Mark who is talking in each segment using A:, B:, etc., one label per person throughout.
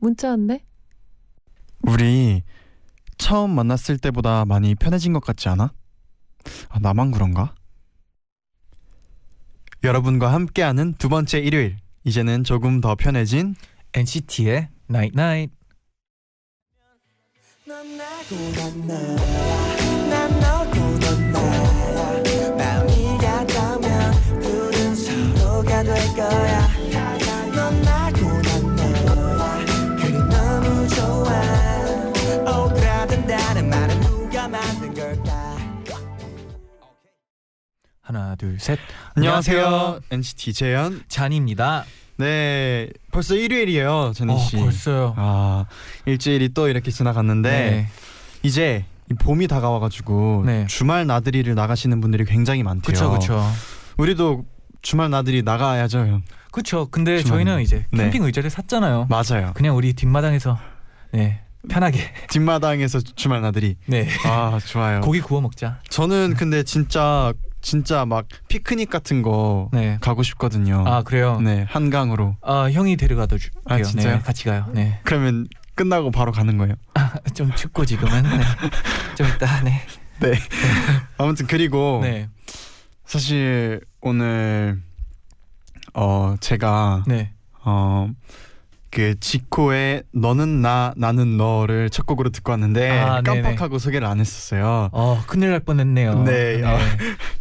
A: 문자 왔네.
B: 우리 처음 만났을 때보다 많이 편해진 것 같지 않아? 아, 나만 그런가? 여러분과 함께하는 두 번째 일요일 이제는 조금 더 편해진
C: NCT의 Night Night.
D: 넌 나고 난 나야 난 너고 넌 나야 마음이 같다면 둘은 서로가 될 거야 넌 나고 난 나야 그게 너무 좋아 오그라든다는 말은 누가 만든 걸까
C: 하나, 둘, 셋.
B: 안녕하세요 NCT 재현
C: 잔입니다. 어,
B: 네 벌써 일요일이에요 재현 씨
C: 벌써요.
B: 아 네. 일주일이 또 이렇게 지나갔는데 이제 이 봄이 다가와가지고
C: 네.
B: 주말 나들이를 나가시는 분들이 굉장히 많대요
C: 그쵸, 그쵸.
B: 우리도 주말 나들이 나가야죠 형
C: 그쵸. 근데
B: 잠시만요.
C: 저희는 이제
B: 네.
C: 캠핑 의자를 샀잖아요.
B: 맞아요
C: 그냥 우리 뒷마당에서 네 편하게
B: 뒷마당에서 주말 나들이
C: 네
B: 아 좋아요
C: 고기 구워 먹자.
B: 저는 근데 진짜 진짜 막 피크닉 같은 거
C: 네.
B: 가고 싶거든요.
C: 아 그래요.
B: 네 한강으로.
C: 아 형이 데려가도 줄게요.
B: 아, 진짜요?
C: 네, 같이 가요. 네.
B: 그러면 끝나고 바로 가는 거예요.
C: 좀 춥고 지금은 네. 좀 이따 네.
B: 아무튼 그리고
C: 네.
B: 사실 오늘 어 제가
C: 네.
B: 어그 지코의 너는 나 나는 너를 첫 곡으로 듣고 왔는데
C: 아, 네네.
B: 깜빡하고 소개를 안 했었어요.
C: 어 큰일 날 뻔했네요. 아,
B: 네, 어,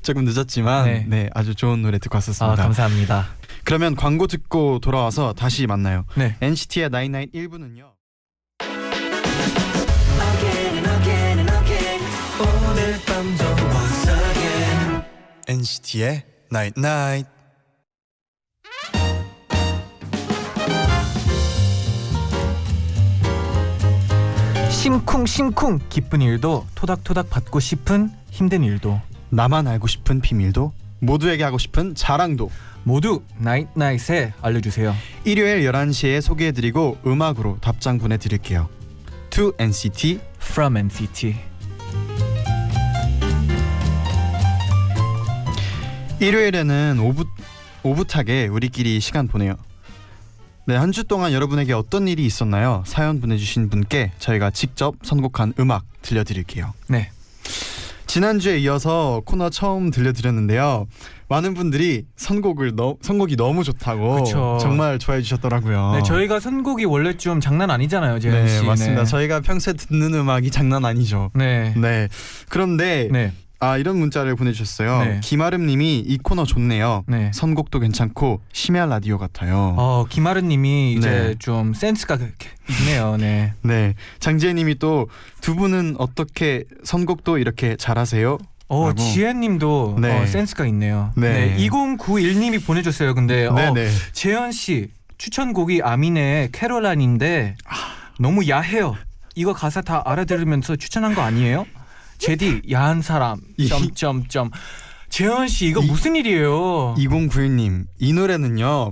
B: 조금 늦었지만
C: 네.
B: 네. 아주 좋은 노래 듣고
C: 아
B: 왔었습니다.
C: 감사합니다.
B: 그러면 광고 듣고 돌아와서 다시 만나요.
C: 네.
B: NCT의 99 1부는요.
D: Again and again and again 오늘 밤도 once again
B: NCT의 Night Night.
C: 심쿵심쿵 기쁜 일도 토닥토닥 받고 싶은 힘든 일도
B: 나만 알고 싶은 비밀도 모두에게 하고 싶은 자랑도
C: 모두 나잇나잇에 알려주세요.
B: 일요일 11시에 소개해드리고 음악으로 답장 보내드릴게요. To NCT
C: From NCT.
B: 일요일에는 오붓 오붓하게 우리끼리 시간 보내요. 네, 한 주 동안 여러분에게 어떤 일이 있었나요? 사연 보내주신 분께 저희가 직접 선곡한 음악 들려드릴게요.
C: 네.
B: 지난주에 이어서 코너 처음 들려드렸는데요. 많은 분들이 선곡을 너, 선곡이 너무 좋다고
C: 그쵸.
B: 정말 좋아해 주셨더라고요.
C: 네 저희가 선곡이 원래 좀 장난 아니잖아요, 재현
B: 어. 네,
C: 씨.
B: 맞습니다.
C: 네.
B: 저희가 평소에 듣는 음악이 장난 아니죠.
C: 네.
B: 네. 그런데
C: 네.
B: 아 이런 문자를 보내주셨어요.
C: 네.
B: 김아름 님이 이 코너 좋네요.
C: 네.
B: 선곡도 괜찮고 심야 라디오 같아요.
C: 어 김아른님이 이제
B: 네.
C: 좀 센스가 이렇게 있네요. 네.
B: 네. 장지혜 님이 또 두 분은 어떻게 선곡도 이렇게 잘하세요?
C: 어
B: 라고.
C: 지혜님도
B: 네.
C: 어, 센스가 있네요. 네.
B: 네.
C: 2091님이 보내줬어요. 근데 어,
B: 네네.
C: 재현 씨 추천곡이 아미네의 캐롤라인인데 너무 야해요. 이거 가사 다 알아들으면서 추천한 거 아니에요? 제디 야한 사람
B: 이-
C: 점점점 재현 씨 이거
B: 이-
C: 무슨 일이에요?
B: 2091님 어. 이 노래는요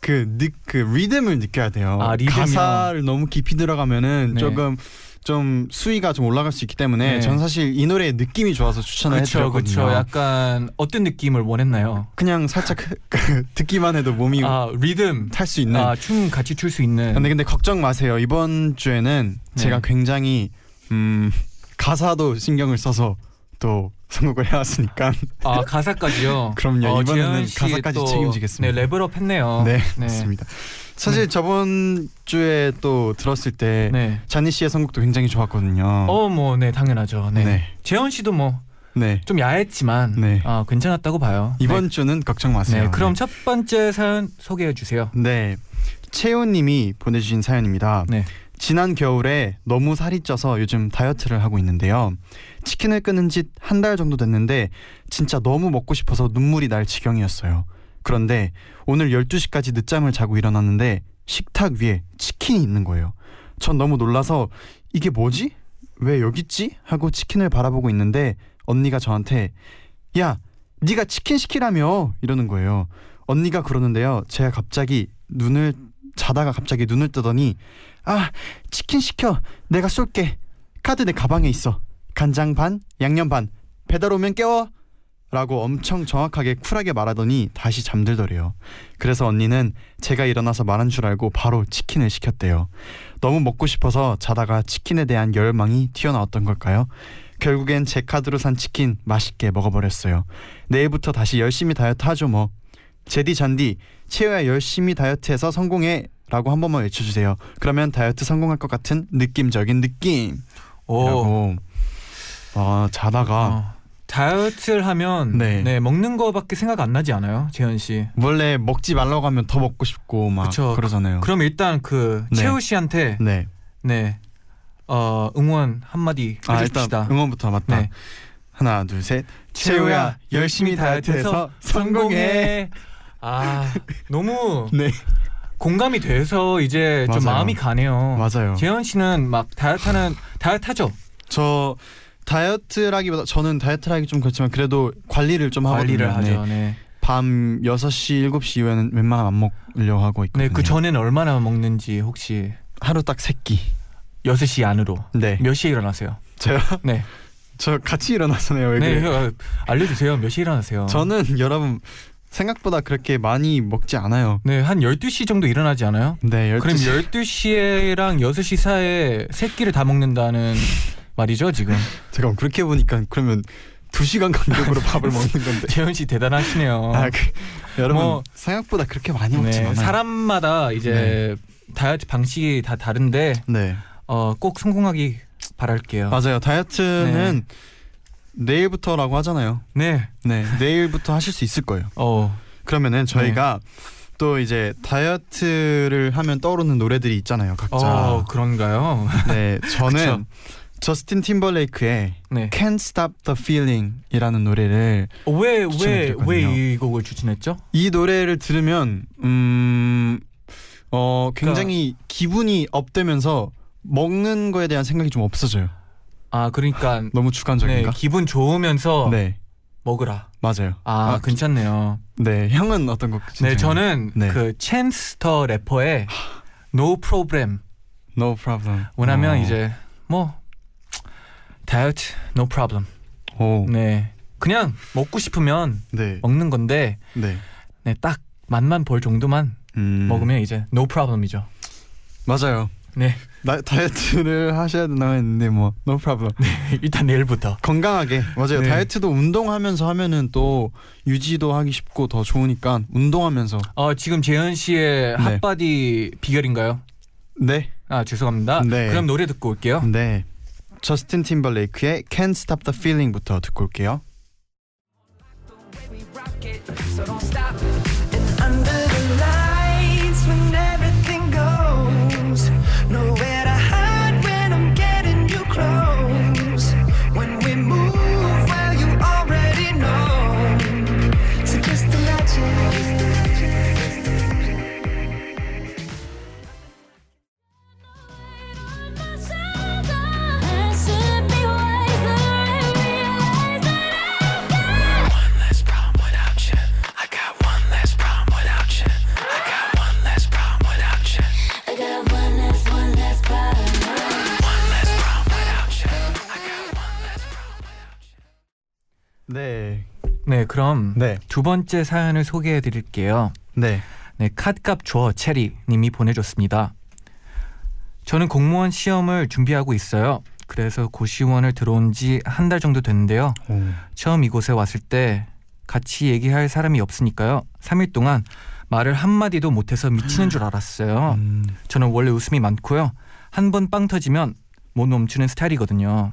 B: 그, 느, 그 리듬을 느껴야 돼요
C: 아, 리듬이요.
B: 가사를 너무 깊이 들어가면은
C: 네.
B: 조금 좀 수위가 좀 올라갈 수 있기 때문에
C: 네.
B: 전 사실 이 노래의 느낌이 좋아서 추천을
C: 그렇죠, 그렇죠.
B: 해드렸거든요
C: 약간 어떤 느낌을 원했나요?
B: 그냥 살짝 그 듣기만 해도 몸이 네. 아,
C: 아 리듬,
B: 탈 수 있는
C: 아 춤 같이 출 수 있는.
B: 근데 근데 걱정 마세요 이번 주에는
C: 네.
B: 제가 굉장히 음 가사도 신경을 써서 또 선곡을 해왔으니까
C: 아 가사까지요.
B: 그럼요.
C: 어,
B: 이번에는
C: 재현 씨
B: 가사까지 책임지겠습니다.
C: 네 레벨업 했네요.
B: 네,
C: 네.
B: 맞습니다 사실 저번 주에 또 들었을 때
C: 네.
B: 자니 씨의 선곡도 굉장히 좋았거든요.
C: 어, 뭐, 네, 당연하죠. 네.
B: 네.
C: 재현 씨도 뭐 좀
B: 네.
C: 야했지만,
B: 네.
C: 아 괜찮았다고 봐요.
B: 이번 주는 걱정
C: 네.
B: 마세요.
C: 네, 그럼 첫 번째 사연 소개해 주세요.
B: 네. 채훈 님이 보내 주신 사연입니다.
C: 네.
B: 지난 겨울에 너무 살이 쪄서 요즘 다이어트를 하고 있는데요. 치킨을 끊은 지 한 달 정도 됐는데 진짜 너무 먹고 싶어서 눈물이 날 지경이었어요. 그런데 오늘 12시까지 늦잠을 자고 일어났는데 식탁 위에 치킨이 있는 거예요. 전 너무 놀라서 이게 뭐지? 왜 여기 있지? 하고 치킨을 바라보고 있는데 언니가 저한테 야 네가 치킨 시키라며 이러는 거예요. 언니가 그러는데요. 제가 갑자기 눈을 자다가 갑자기 눈을 뜨더니 아 치킨 시켜 내가 쏠게 카드 내 가방에 있어 간장 반 양념 반 배달 오면 깨워 라고 엄청 정확하게 쿨하게 말하더니 다시 잠들더래요. 그래서 언니는 제가 일어나서 말한 줄 알고 바로 치킨을 시켰대요. 너무 먹고 싶어서 자다가 치킨에 대한 열망이 튀어나왔던 걸까요? 결국엔 제 카드로 산 치킨 맛있게 먹어버렸어요. 내일부터 다시 열심히 다이어트 하죠 뭐. 제디 잔디 채우야 열심히 다이어트해서 성공해 라고 한 번만 외쳐주세요. 그러면 다이어트 성공할 것 같은 느낌적인 느낌.
C: 오.
B: 라고. 아 자다가
C: 어. 다이어트를 하면 네.
B: 네.
C: 먹는 거밖에 생각 안 나지 않아요, 재현 씨?
B: 원래 먹지 말라고 하면 더 먹고 싶고 막
C: 그쵸.
B: 그러잖아요
C: 그럼 일단 그
B: 네.
C: 채우 씨한테
B: 네.
C: 네 어, 응원 한 마디
B: 아 일단
C: 해줍시다.
B: 응원부터 맞다.
C: 네.
B: 하나 둘 셋.
C: 채우야,
B: 채우야 열심히 다이어트해서 성공해.
C: 아 너무
B: 네
C: 공감이 돼서 이제 좀
B: 맞아요.
C: 마음이 가네요.
B: 맞아요.
C: 재현 씨는 막 다이어트는 다이어트하죠.
B: 저 다이어트라기보다 저는 다이어트라기 좀 그렇지만 그래도 관리를 좀 하거든요.
C: 관리를
B: 네.
C: 하죠. 네.
B: 밤 6시 7시 이후에는 웬만하면 안 먹으려고 하고 있거든요.
C: 네, 그 전에는 얼마나 먹는지 혹시
B: 하루 딱 3끼.
C: 6시 안으로
B: 네.
C: 몇 시에 일어나세요?
B: 제가
C: 네.
B: 저 같이 일어나서네요. 왜
C: 네,
B: 그래요?
C: 어, 알려주세요. 몇 시에 일어나세요?
B: 저는 여러분 생각보다 그렇게 많이 먹지 않아요.
C: 네, 한 12시 정도 일어나지 않아요?
B: 네, 12시.
C: 그럼 12시에랑 6시 사이에 세 끼를 다 먹는다는 말이죠, 지금.
B: 제가 그렇게 보니까 그러면 2시간 간격으로 밥을 먹는 건데.
C: 재현 씨 대단하시네요.
B: 아, 그, 여러분
C: 뭐-
B: 생각보다 그렇게 많이 네. 먹진
C: 네,
B: 않아요.
C: 사람마다 이제 다이어트 방식이 다 다른데
B: 네.
C: 어, 꼭 성공하기 바랄게요.
B: 맞아요. 다이어트는 네. 내일부터라고 하잖아요.
C: 네.
B: 네. 내일부터 하실 수 있을 거예요.
C: 어.
B: 그러면은 저희가 또 이제 다이어트를 하면 떠오르는 노래들이 있잖아요. 각자.
C: 어, 그런가요?
B: 네.
C: 그쵸.
B: 저는 저스틴 팀벌레이크의
C: 네.
B: Can't Stop the Feeling이라는 노래를
C: 왜 왜
B: 추천해
C: 왜 이 곡을 추천했죠?
B: 이 노래를 들으면 음, 어,
C: 그러니까
B: 굉장히 기분이 업되면서 먹는 거에 대한 생각이 좀 없어져요.
C: 아, 그러니까
B: 너무
C: 네,
B: 주관적인가?
C: 기분 좋으면서
B: 네.
C: 먹으라.
B: 맞아요.
C: 아,
B: 아,
C: 괜찮네요.
B: 네, 형은 어떤 곡?
C: 네,
B: 신청해요?
C: 저는
B: 네.
C: 그 챈스터 래퍼의 No Problem.
B: No Problem.
C: 뭐냐면
B: 어.
C: 이제 뭐 다이어트 No Problem.
B: 오.
C: 네. 그냥 먹고 싶으면
B: 네.
C: 먹는 건데
B: 네.
C: 네, 딱 맛만 볼 정도만
B: 음.
C: 먹으면 이제 No Problem이죠.
B: 맞아요.
C: 네.
B: 나, 다이어트를 하셔야 된다고 했는데 뭐 No Problem.
C: 일단 내일부터.
B: 건강하게 맞아요.
C: 네.
B: 다이어트도 운동하면서 하면은 또 유지도 하기 쉽고 더 좋으니까 운동하면서
C: 어, 지금 재현 씨의
B: 네.
C: 핫바디 비결인가요?
B: 네.
C: 아, 죄송합니다.
B: 네.
C: 그럼 노래 듣고 올게요.
B: 네. 저스틴 팀벌레이크의 Can't Stop the Feeling부터 듣고 올게요.
D: We rock it, so don't stop. And under the lights, when everything goes, nowhere to hide when I'm getting you close. When we move, well, you already know. So just imagine. One less problem without you. I got one less problem without you. I got one less problem without you. One less problem without you. I got one less problem without you.
B: 네.
C: 네, 그럼
B: 네.
C: 두 번째 사연을 소개해 드릴게요.
B: 네.
C: 네, 캇값 줘 체리 님이 보내줬습니다. 저는 공무원 시험을 준비하고 있어요. 그래서 고시원을 들어온 지 한 달 정도 됐는데요. 처음 이곳에 왔을 때 같이 얘기할 사람이 없으니까요. 3일 동안 말을 한마디도 못해서 미치는 줄 알았어요.
B: 음.
C: 저는 원래 웃음이 많고요. 한 번 빵 터지면 못 멈추는 스타일이거든요.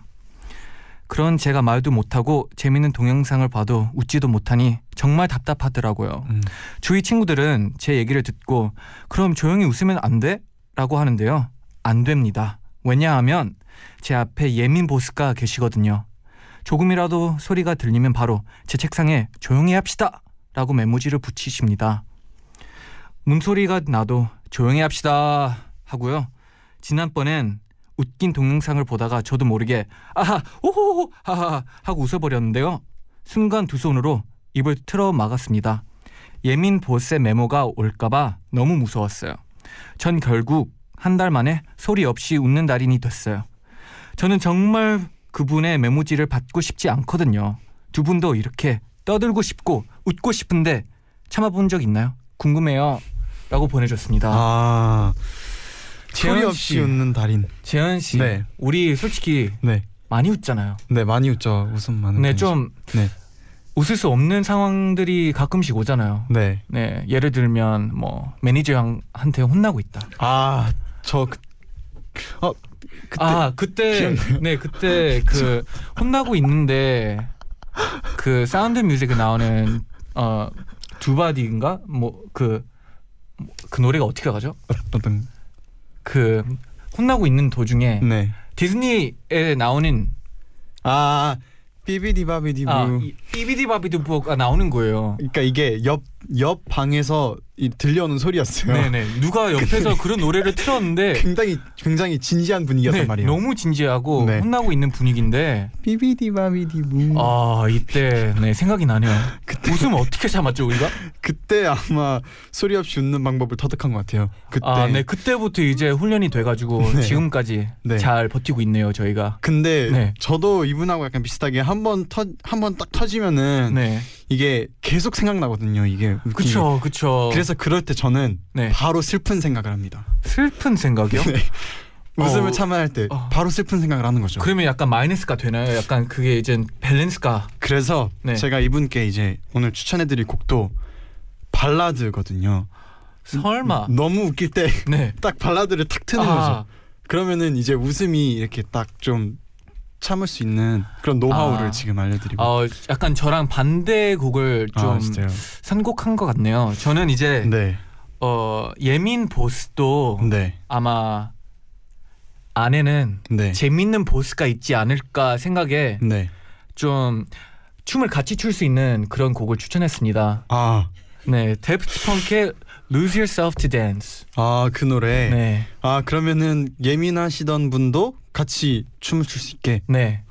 C: 그런 제가 말도 못하고 재밌는 동영상을 봐도 웃지도 못하니 정말 답답하더라고요.
B: 음.
C: 주위 친구들은 제 얘기를 듣고 그럼 조용히 웃으면 안 돼? 라고 하는데요. 안 됩니다. 왜냐하면 제 앞에 예민 보스가 계시거든요. 조금이라도 소리가 들리면 바로 제 책상에 조용히 합시다! 라고 메모지를 붙이십니다. 문소리가 나도 조용히 합시다 하고요. 지난번엔 웃긴 동영상을 보다가 저도 모르게 아하 오호호 하하 하고 웃어버렸는데요. 순간 두 손으로 입을 틀어 막았습니다. 예민 보스의 메모가 올까봐 너무 무서웠어요. 전 결국 한 달 만에 소리 없이 웃는 달인이 됐어요. 저는 정말 그분의 메모지를 받고 싶지 않거든요. 두 분도 이렇게 떠들고 싶고 웃고 싶은데 참아본 적 있나요? 궁금해요. 라고 보내줬습니다.
B: 아 소리
C: 재현
B: 없이
C: 씨.
B: 웃는 달인.
C: 재현 씨,
B: 네.
C: 우리 솔직히
B: 네,
C: 많이 웃잖아요.
B: 네 많이 웃죠. 웃음 많은.
C: 네,
B: 편이죠.
C: 좀
B: 네.
C: 웃을 수 없는 상황들이 가끔씩 오잖아요.
B: 네.
C: 네, 예를 들면 뭐 매니저 형한테 혼나고 있다.
B: 아저 그, 어 그때
C: 아 그때
B: 기억나요?
C: 네 그때 그 혼나고 있는데 그 사운드 뮤직에 나오는 어 두바디인가 뭐 그 그 노래가 어떻게 가죠?
B: 어떤
C: 그 혼나고 있는 도중에
B: 네.
C: 디즈니에 나오는
B: 아 비비디 바비디 부.
C: 아 이- 이비디 바비디 부가 나오는 거예요.
B: 그러니까 이게 옆 옆 방에서 이, 들려오는 소리였어요.
C: 네네 누가 옆에서 그런 노래를 틀었는데
B: 굉장히 굉장히 진지한 분위기였단
C: 네,
B: 말이에요.
C: 너무 진지하고
B: 네.
C: 혼나고 있는 분위기인데
B: 비비디 바비디 부.
C: 아 이때 네 생각이 나네요. 웃음 어떻게 참았죠 우리가?
B: 그때 아마 소리 없이 웃는 방법을 터득한 것 같아요. 그때.
C: 아, 네. 그때부터 이제 훈련이 돼가지고
B: 네.
C: 지금까지
B: 네.
C: 잘 버티고 있네요 저희가.
B: 근데
C: 네.
B: 저도 이분하고 약간 비슷하게 한번터한번딱 터지면은
C: 네.
B: 이게 계속 생각나거든요. 음. 이게 웃긴 게.
C: 그쵸, 그쵸.
B: 그래서 그럴 때 저는
C: 네.
B: 바로 슬픈 생각을 합니다.
C: 슬픈 생각이요?
B: 네, 웃음을
C: 어.
B: 참아야 할 때
C: 어.
B: 바로 슬픈 생각을 하는 거죠.
C: 그러면 약간 마이너스가 되나요? 약간 그게 이제 밸런스가.
B: 래서
C: 네.
B: 제가 이분께 이제 오늘 추천해드릴 곡도 발라드거든요.
C: 설마.
B: 너무 웃길 때 딱
C: 네.
B: 발라드를 탁 트는
C: 아.
B: 거죠. 그러면은 이제 웃음이 이렇게 딱 좀 참을 수 있는 그런 노하우를
C: 아.
B: 지금 알려드리고
C: 어, 약간 저랑 반대 곡을
B: 아,
C: 좀
B: 진짜요?
C: 선곡한 것 같네요. 저는 이제
B: 네.
C: 어, 예민 보스도
B: 네.
C: 아마 안에는
B: 네.
C: 재밌는 보스가 있지 않을까 생각에
B: 네.
C: 좀 춤을 같이 출 수 있는 그런 곡을 추천했습니다.
B: 아.
C: 네, 데프트 펑크의 Lose Yourself to Dance.
B: 아, 그 노래.
C: 네,
B: 아, 그러면은 예민하시던 분도 같이 춤을 출 수 있게.
C: 네,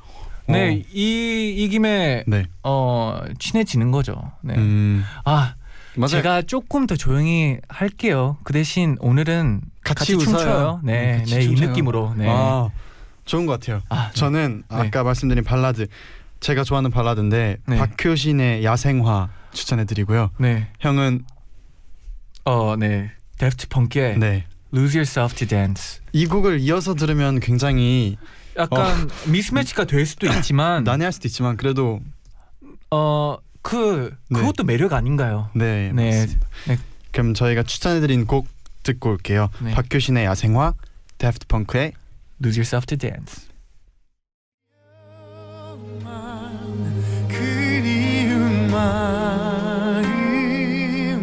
B: 어.
C: 네. 이, 이 김에
B: 네.
C: 어 친해지는 거죠. 네.
B: 음.
C: 아,
B: 맞아요.
C: 제가 조금 더 조용히 할게요. 그 대신 오늘은 같이,
B: 같이 웃어요.
C: 춤춰요.
B: 음,
C: 네,
B: 같이
C: 네, 이
B: 춤춰요.
C: 느낌으로. 네.
B: 아. 좋은 것 같아요.
C: 아, 네.
B: 저는
C: 네.
B: 아까 말씀드린 발라드 제가 좋아하는 발라드인데
C: 네.
B: 박효신의 야생화 추천해 드리고요.
C: 네,
B: 형은
C: 어, 네. 데프트 펑크의
B: 네.
C: Lose Yourself to Dance.
B: 이 곡을 이어서 들으면 굉장히 어.
C: 약간 미스매치가 될 수도 있지만
B: 난해할 수도 있지만 그래도
C: 어, 그
B: 네.
C: 그것도 매력 아닌가요?
B: 네.
C: 네.
B: 맞습니다.
C: 네.
B: 그럼 저희가 추천해 드린 곡 듣고 올게요.
C: 네.
B: 박효신의 야생화, 데프트 펑크의
C: Lose Yourself to Dance.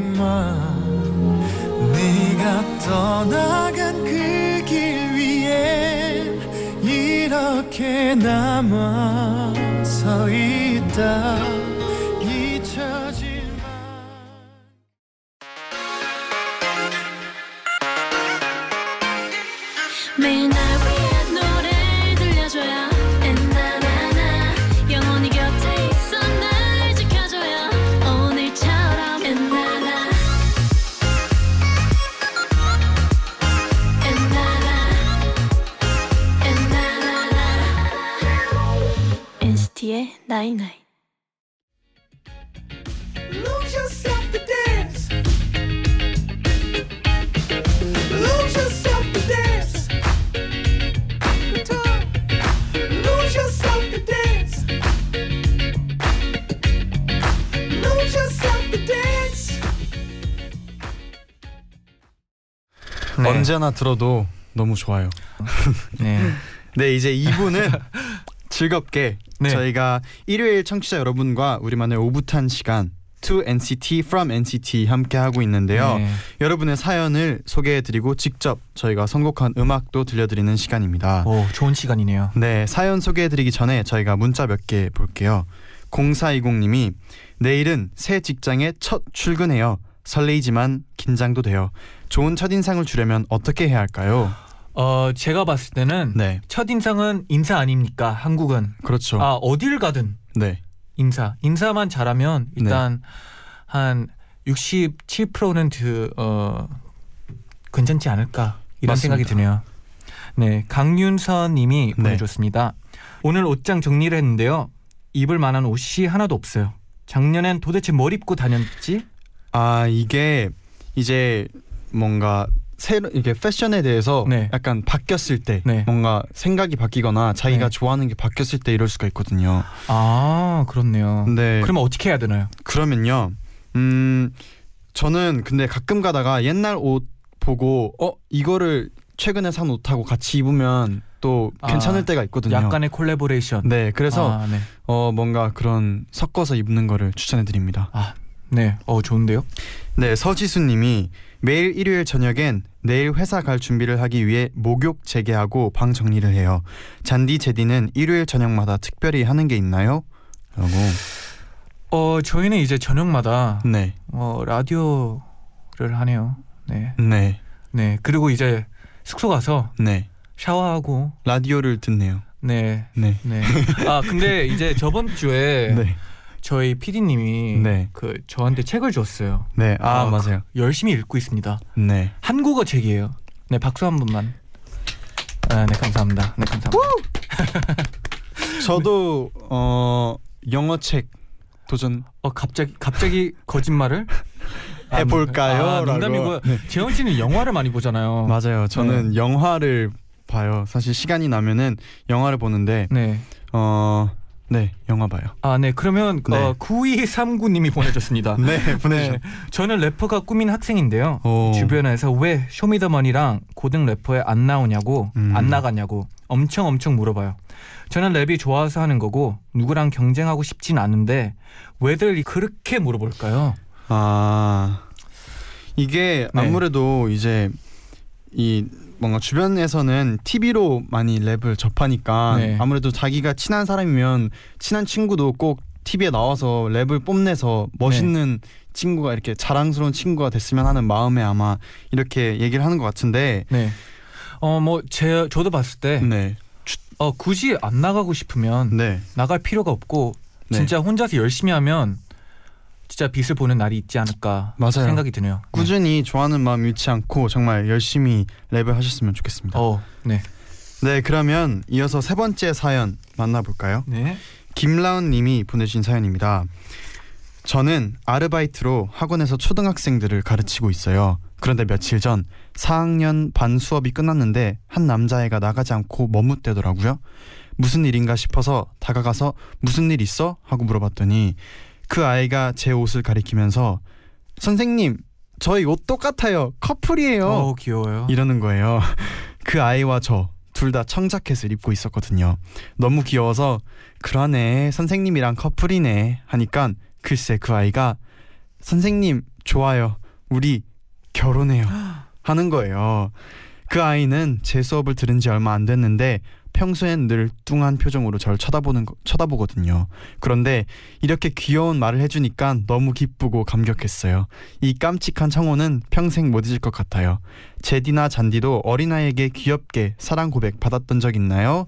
D: 그리움만 네가 떠나간 그 길 위에 이렇게 남아 서 있다 잊혀질 만
A: 매일 날 위한 노래를 들려줘요 엔나나나 영원히 곁에 있어 날 지켜줘요 오늘처럼 엔나나 엔나나 엔나나나 NCT의 나잇나잇
D: Lose yourself to dance. Lose yourself to dance. Guitar. Lose yourself to dance. Lose yourself to dance.
C: 네.
B: 언제나 들어도 너무 좋아요.
C: 네.
B: 네, 이제 2부는 즐겁게
C: 네.
B: 저희가 일요일 청취자 여러분과 우리만의 오붓한 시간 To NCT from NCT 함께 하고 있는데요.
C: 네.
B: 여러분의 사연을 소개해드리고 직접 저희가 선곡한 음악도 들려드리는 시간입니다.
C: 오, 좋은 시간이네요.
B: 네, 사연 소개해드리기 전에 저희가 문자 몇 개 볼게요. 0420님이 내일은 새 직장에 첫 출근해요. 설레이지만 긴장도 돼요. 좋은 첫인상을 주려면 어떻게 해야 할까요?
C: 어, 제가 봤을 때는
B: 네,
C: 첫 인상은 인사 아닙니까? 한국은
B: 그렇죠.
C: 아 어딜 가든
B: 네,
C: 인사 인사만 잘하면 일단 한 67%는 그, 어, 괜찮지 않을까 이런
B: 맞습니다.
C: 생각이 드네요. 네, 강윤서님이
B: 네.
C: 보내줬습니다. 오늘 옷장 정리를 했는데요. 입을 만한 옷이 하나도 없어요. 작년엔 도대체 뭘 입고 다녔지?
B: 아 이게 이제 뭔가 새로 이게 패션에 대해서
C: 네.
B: 약간 바뀌었을 때
C: 네.
B: 뭔가 생각이 바뀌거나 자기가
C: 네.
B: 좋아하는 게 바뀌었을 때 이럴 수가 있거든요.
C: 아, 그렇네요.
B: 근데
C: 그러면 어떻게 해야 되나요?
B: 그러면요. 음 저는 근데 가끔 가다가 옛날 옷 보고 어 이거를 최근에 산 옷하고 같이 입으면 또
C: 아,
B: 괜찮을 때가 있거든요.
C: 약간의 콜라보레이션.
B: 네, 그래서
C: 아, 네.
B: 어 뭔가 그런 섞어서 입는 거를 추천해 드립니다.
C: 네, 어 좋은데요.
B: 네, 서지수 님이 매일 일요일 저녁엔 내일 회사 갈 준비를 하기 위해 목욕 재개하고 방 정리를 해요. 잔디 제디는 일요일 저녁마다 특별히 하는 게 있나요? 라고.
C: 어 저희는 이제 저녁마다
B: 네.
C: 어, 라디오를 하네요. 네,
B: 네.
C: 네 그리고 이제 숙소 가서
B: 네.
C: 샤워하고
B: 라디오를 듣네요.
C: 네.
B: 네.
C: 네. 아 근데 이제 저번 주에
B: 네.
C: 저희 PD님이
B: 네.
C: 그 저한테 책을 줬어요.
B: 네. 아,
C: 아,
B: 맞아요.
C: 열심히 읽고 있습니다.
B: 네.
C: 한국어 책이에요. 네 박수 한 번만. 아, 네 감사합니다. 네 감사합니다.
B: 저도 어 영어 책 도전
C: 어 갑자기 갑자기 거짓말을 아,
B: 해볼까요?
C: 아,
B: 라고. 네.
C: 농담이고요. 재원 씨는 영화를 많이 보잖아요.
B: 맞아요. 어, 네. 저는 영화를 봐요. 사실 시간이 나면은 영화를 보는데
C: 네.
B: 어 네, 영화 봐요.
C: 아, 네. 그러면
B: 네.
C: 어, 9239님이 보내줬습니다.
B: 네, 보내주셔.
C: 네. 저는 래퍼가 꿈인 학생인데요.
B: 오.
C: 주변에서 왜 쇼미더머니랑 고등 래퍼에 안 나오냐고,
B: 음.
C: 안 나가냐고 엄청 엄청 물어봐요. 저는 랩이 좋아서 하는 거고 누구랑 경쟁하고 싶진 않은데 왜들 그렇게 물어볼까요?
B: 아 이게
C: 네.
B: 아무래도 이제 이 뭔가 주변에서는 TV로 많이 랩을 접하니까
C: 네.
B: 아무래도 자기가 친한 사람이면 친한 친구도 꼭 TV에 나와서 랩을 뽐내서 멋있는 친구가 이렇게 자랑스러운 친구가 됐으면 하는 마음에 아마 이렇게 얘기를 하는 것 같은데
C: 네. 어, 뭐, 제, 저도 봤을 때,
B: 네,
C: 어, 굳이 안 나가고 싶으면
B: 네,
C: 나갈 필요가 없고,
B: 네.
C: 진짜 혼자서 열심히 하면 진짜 빛을 보는 날이 있지 않을까
B: 맞아요.
C: 생각이 드네요. 네.
B: 꾸준히 좋아하는 마음 잃지 않고 정말 열심히 랩을 하셨으면 좋겠습니다.
C: 어, 네.
B: 네, 그러면 이어서 세 번째 사연 만나볼까요?
C: 네.
B: 김라은 님이 보내주신 사연입니다. 저는 아르바이트로 학원에서 초등학생들을 가르치고 있어요. 그런데 며칠 전 4학년 반 수업이 끝났는데 한 남자애가 나가지 않고 머뭇대더라고요. 무슨 일인가 싶어서 다가가서 무슨 일 있어? 하고 물어봤더니 그 아이가 제 옷을 가리키면서 선생님 저희 옷 똑같아요. 커플이에요.
C: 어, 귀여워요.
B: 이러는 거예요. 그 아이와 저 둘 다 청자켓을 입고 있었거든요. 너무 귀여워서 그러네 선생님이랑 커플이네 하니까 글쎄 그 아이가 선생님 좋아요 우리 결혼해요 하는 거예요. 그 아이는 제 수업을 들은 지 얼마 안 됐는데 평소엔 늘 뚱한 표정으로 저를 쳐다보는 거- 쳐다보거든요. 그런데 이렇게 귀여운 말을 해주니까 너무 기쁘고 감격했어요. 이 깜찍한 청혼은 평생 못 잊을 것 같아요. 제디나 잔디도 어린아이에게 귀엽게 사랑 고백 받았던 적 있나요?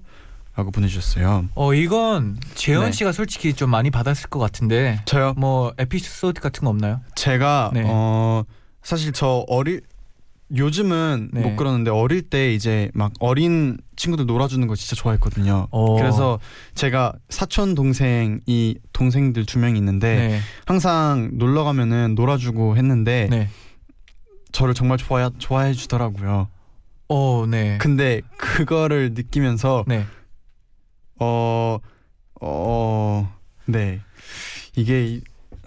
B: 라고 보내주셨어요.
C: 어, 이건 재현
B: 네.
C: 씨가 솔직히 좀 많이 받았을 것 같은데
B: 저요?
C: 뭐 에피소드 같은 거 없나요?
B: 제가
C: 네.
B: 어 사실 저 어릴 요즘은
C: 네.
B: 못 그러는데 어릴 때 이제 막 어린 친구들 놀아주는 거 진짜 좋아했거든요.
C: 어.
B: 그래서 제가 사촌 동생이 동생들 두 명 있는데
C: 네.
B: 항상 놀러 가면은 놀아주고 했는데
C: 네.
B: 저를 정말 좋아 좋아해 주더라고요.
C: 어, 네.
B: 근데 그거를 느끼면서
C: 네.
B: 어, 어, 네. 이게 이-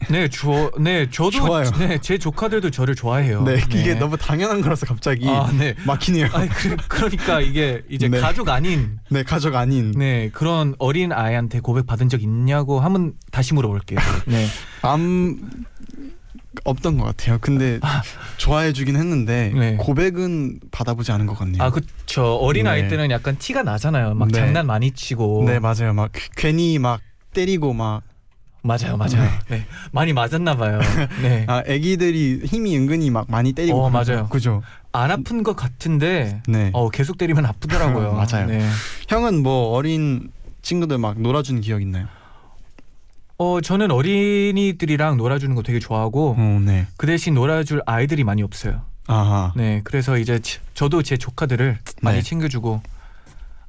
C: 네, 저, 네, 저도
B: 좋아요.
C: 네, 제 조카들도 저를 좋아해요.
B: 네, 이게 너무 당연한 거라서 갑자기
C: 아, 네.
B: 막히네요.
C: 아니, 그, 그러니까 이게 이제
B: 네.
C: 가족 아닌
B: 네, 가족 아닌.
C: 네, 그런 어린 아이한테 고백 받은 적 있냐고 한번 다시 물어볼게요. 네.
B: 암 없던 것 같아요. 근데 좋아해 주긴 했는데
C: 네.
B: 고백은 받아보지 않은 것 같네요.
C: 아, 그쵸. 어린
B: 네.
C: 아이 때는 약간 티가 나잖아요. 막
B: 네. 그
C: 장난 많이 치고
B: 네, 맞아요. 막 괜히 막 때리고 막
C: 맞아요, 맞아요. 네. 많이 맞았나 봐요. 네.
B: 아 아기들이 힘이 은근히 막 많이 때리고
C: 어,
B: 그러죠.
C: 맞아요.
B: 그죠.
C: 안 아픈 것 같은데
B: 네.
C: 어, 계속 때리면 아프더라고요.
B: 맞아요.
C: 네.
B: 형은 뭐 어린 친구들 막 놀아준 기억 있나요?
C: 어, 저는 어린이들이랑 놀아주는 거 되게 좋아하고
B: 어, 네.
C: 그 대신 놀아줄 아이들이 많이 없어요.
B: 아하.
C: 네, 그래서 이제 지- 저도 제 조카들을 많이
B: 네.
C: 챙겨주고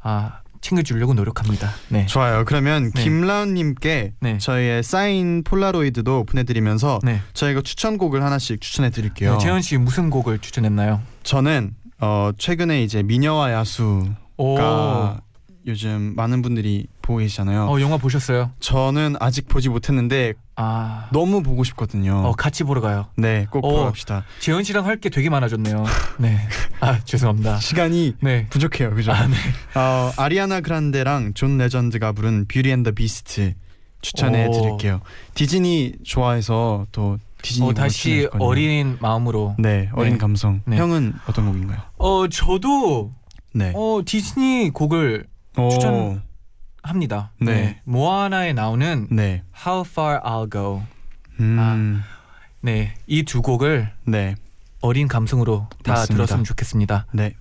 C: 아 챙겨주려고 노력합니다. 네,
B: 좋아요. 그러면
C: 네.
B: 김라운님께
C: 네.
B: 저희의 사인 폴라로이드도 보내드리면서
C: 네.
B: 저희가 추천곡을 하나씩 추천해드릴게요.
C: 네, 재현 씨 무슨 곡을 추천했나요?
B: 저는 어, 최근에 이제 미녀와 야수가
C: 오,
B: 요즘 많은 분들이 보고 계시잖아요.
C: 어, 영화 보셨어요?
B: 저는 아직 보지 못했는데
C: 아,
B: 너무 보고 싶거든요.
C: 어, 같이 보러 가요.
B: 네, 꼭
C: 어.
B: 보러 갑시다.
C: 재현 씨랑 할 게 되게 많아졌네요. 네, 아 죄송합니다.
B: 시간이
C: 네,
B: 부족해요, 그죠?
C: 아, 네.
B: 어, 아리아나 그란데랑 존 레전드가 부른 뷰티 앤더 비스트 추천해
C: 오.
B: 드릴게요. 디즈니 좋아해서 또 디즈니
C: 어,
B: 곡을
C: 다시
B: 추천했거든요.
C: 어린 마음으로.
B: 네 어린
C: 네.
B: 감성.
C: 네.
B: 형은 어떤 곡인가요?
C: 어, 저도
B: 네.
C: 어 디즈니 곡을
B: 오.
C: 추천- 합니다.
B: 네.
C: 모아나에 나오는
B: 네.
C: How Far I'll Go.
B: 음.
C: 네, 이 두 곡을
B: 네.
C: 어린 감성으로 다
B: 맞습니다.
C: 들었으면 좋겠습니다.
B: 네.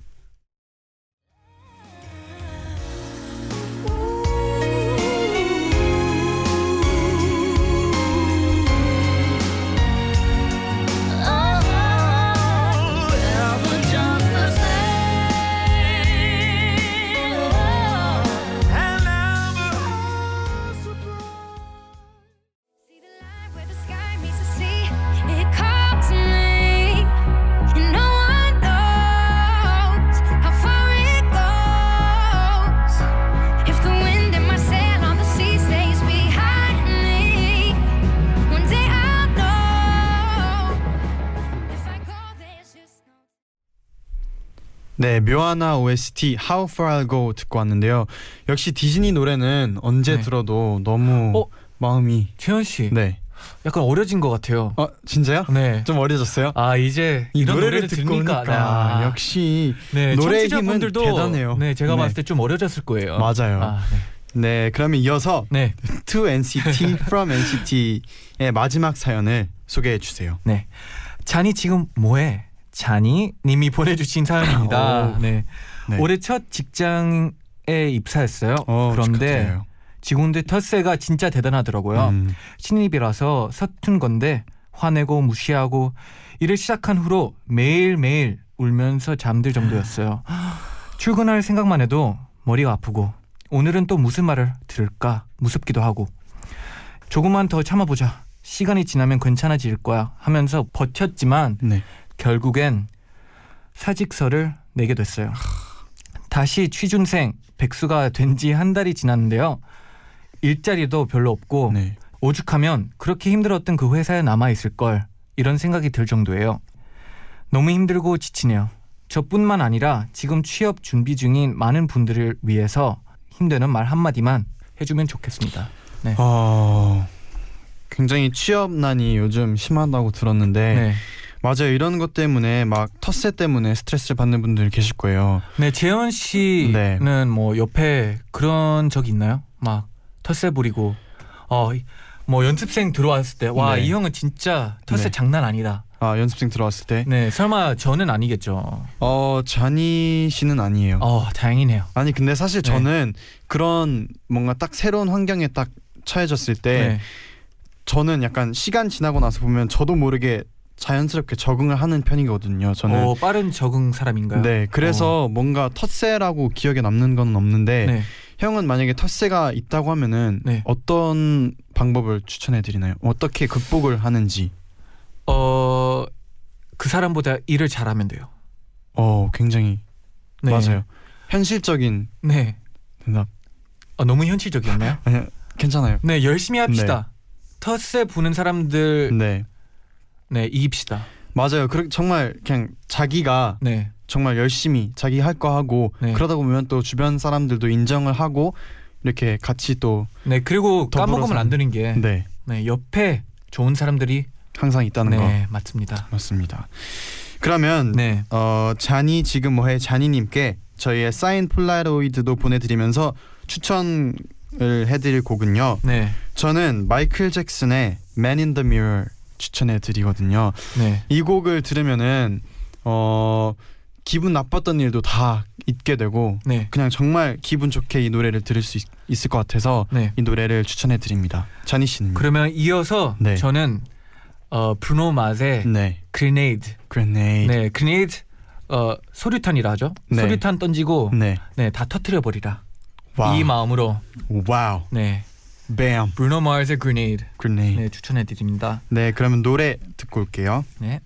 A: See the light where the sky meets the sea. It called to me, and no one knows how far it goes. If the wind in my sail on the sea stays behind me, one day I'll know. If I go, there's just no.
B: 네, 묘하나 OST How Far I'll Go 듣고 왔는데요. 역시 디즈니 노래는 언제
C: 네.
B: 들어도 너무
C: 어?
B: 마음이
C: 채연 씨,
B: 네.
C: 약간 어려진 것 같아요.
B: 어, 진짜요?
C: 네.
B: 좀 어려졌어요?
C: 아 이제
B: 이
C: 이런
B: 노래를
C: 노래를
B: 듣고
C: 들으니까
B: 오니까
C: 아,
B: 역시
C: 네,
B: 노래의
C: 청취자분들도
B: 힘은 대단해요.
C: 네, 제가
B: 네.
C: 봤을 때 좀 어려졌을 거예요.
B: 맞아요.
C: 아,
B: 네, 그러면 이어서
C: 네. 네,
B: To NCT From NCT의 마지막 사연을 소개해 주세요.
C: 네. 잔이 지금 뭐해? 잔이님이 보내주신 사연입니다.
B: 오.
C: 네.
B: 네.
C: 올해 첫 직장에 입사했어요.
B: 어,
C: 그런데
B: 축하드려요.
C: 직원들 텃세가 진짜 대단하더라고요.
B: 음,
C: 신입이라서 서툰 건데 화내고 무시하고 일을 시작한 후로 매일매일 울면서 잠들 정도였어요. 출근할 생각만 해도 머리가 아프고 오늘은 또 무슨 말을 들을까 무섭기도 하고 조금만 더 참아보자. 시간이 지나면 괜찮아질 거야 하면서 버텼지만
B: 네.
C: 결국엔 사직서를 내게 됐어요. 다시 취준생 백수가 된 지 한 달이 지났는데요. 일자리도 별로 없고
B: 네.
C: 오죽하면 그렇게 힘들었던 그 회사에 남아 있을 걸 이런 생각이 들 정도예요. 너무 힘들고 지치네요. 저뿐만 아니라 지금 취업 준비 중인 많은 분들을 위해서 힘드는 말 한마디만 해주면 좋겠습니다. 네.
B: 어, 굉장히 취업난이 요즘 심하다고 들었는데
C: 네.
B: 맞아요. 이런 것 때문에 막 텃세 때문에 스트레스를 받는 분들 계실 거예요.
C: 네, 재현 씨는 뭐 옆에 그런 적 있나요? 막 텃세 부리고 어 뭐 연습생 들어왔을 때 와
B: 네.
C: 이 형은 진짜 텃세
B: 네.
C: 장난 아니다.
B: 아, 연습생 들어왔을 때.
C: 네, 설마 저는 아니겠죠.
B: 어, 자니 씨는 아니에요.
C: 어, 다행이네요.
B: 아니, 근데 사실
C: 네.
B: 저는 그런 뭔가 딱 새로운 환경에 딱 처해졌을 때
C: 네.
B: 저는 약간 시간 지나고 나서 보면 저도 모르게 자연스럽게 적응을 하는 편이거든요. 저는.
C: 어, 빠른 적응 사람인가요? 어.
B: 네, 그래서 뭔가 텃세라고 기억에 남는 건 없는데
C: 네.
B: 형은 만약에 텃세가 있다고 하면은
C: 네.
B: 어떤 방법을 추천해 드리나요? 어떻게 극복을 하는지.
C: 어, 그 사람보다 일을 잘하면 돼요.
B: 어, 굉장히
C: 네.
B: 맞아요. 현실적인
C: 네.
B: 대답.
C: 어, 너무 현실적이었나요?
B: 아니, 괜찮아요.
C: 네, 열심히 합시다. 텃세 부는 사람들
B: 네.
C: 네, 이깁시다.
B: 맞아요. 그 정말 그냥 자기가
C: 네.
B: 정말 열심히 자기 할 거 하고
C: 네.
B: 그러다 보면 또 주변 사람들도 인정을 하고 이렇게 같이 또
C: 네, 그리고
B: 더불어서-
C: 까먹으면 안 되는 게
B: 네.
C: 네, 옆에 좋은 사람들이
B: 항상 있다는 거
C: 네, 맞습니다.
B: 맞습니다. 그러면
C: 네.
B: 어 잔이 지금 뭐해 잔이님께 저희의 사인 폴라로이드도 보내드리면서 추천 을 해드릴 곡은요.
C: 네,
B: 저는 마이클 잭슨의 Man in the Mirror 추천해 드리거든요.
C: 네,
B: 이 곡을 들으면은 어 기분 나빴던 일도 다 잊게 되고
C: 네,
B: 그냥 정말 기분 좋게 이 노래를 들을 수 있, 을것 같아서
C: 네.
B: 이 노래를 추천해 드립니다. 자니 씨는
C: 그러면 이어서
B: 음. 네.
C: 저는 어, 브루노 마의
B: 네.
C: 그레네이드.
B: Grenade.
C: 네, 그레네이드. 어, 소류탄이라 하죠.
B: 네.
C: 소류탄 던지고
B: 네.
C: 네, 다 터트려 버리라.
B: 와우.
C: 이 마음으로
B: 와우.
C: 네.
B: 뱀.
C: 브루노 마스의 그레네이드.
B: Grenade.
C: 네, 추천해 드립니다.
B: 네, 그러면 노래 듣고 올게요.
C: 네.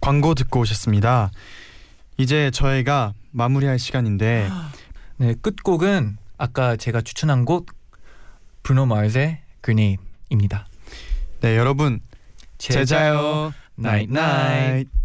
B: 광고 듣고 오셨습니다. 이제 저희가 마무리할 시간인데
C: 네, 끝곡은 아까 제가 추천한 곡 브루노 마스의 그레네이드입니다.
B: 네, 여러분 제자요.
C: 나잇 나잇.
D: Oh,